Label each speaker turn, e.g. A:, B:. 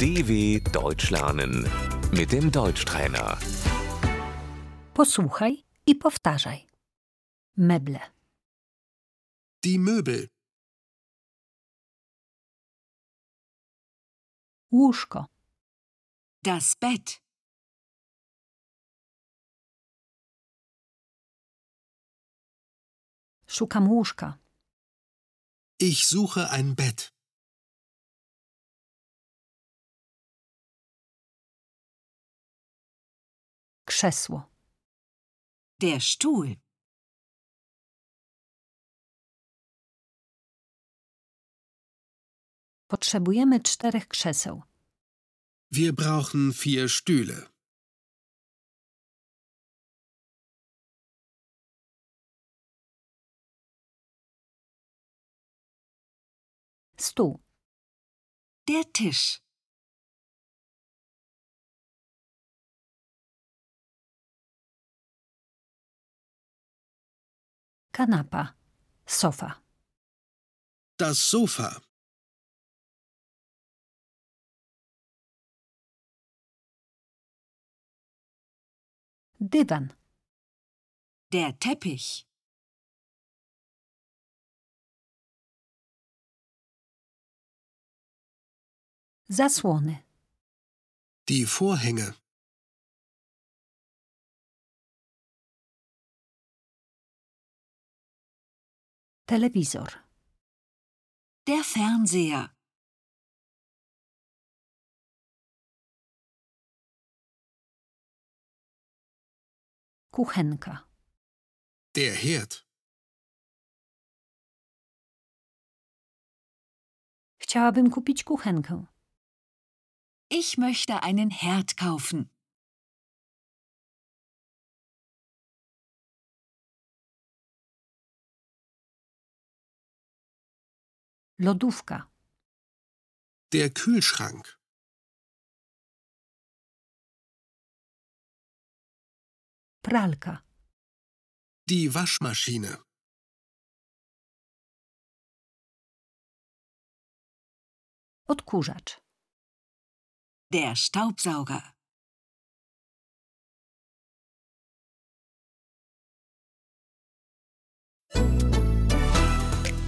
A: DW Deutsch lernen mit dem Deutschtrainer.
B: Posłuchaj i powtarzaj. Meble,
C: Die Möbel,
B: łóżko,
D: Das Bett,
B: szukam łóżka,
C: ich suche ein Bett,
B: krzesło,
D: der Stuhl,
B: potrzebujemy czterech krzeseł,
C: wir brauchen vier Stühle,
B: stół,
D: der Tisch,
B: kanapa, sofa,
C: das Sofa,
B: dywan,
D: der Teppich,
B: zasłony,
C: die Vorhänge,
B: telewizor,
D: der Fernseher,
B: kuchenka,
C: der Herd,
B: Chciałabym kupić kuchenkę.
D: ich möchte einen Herd kaufen.
B: Lodówka,
C: der Kühlschrank,
B: pralka,
C: die Waschmaschine,
B: odkurzacz,
D: Der Staubsauger.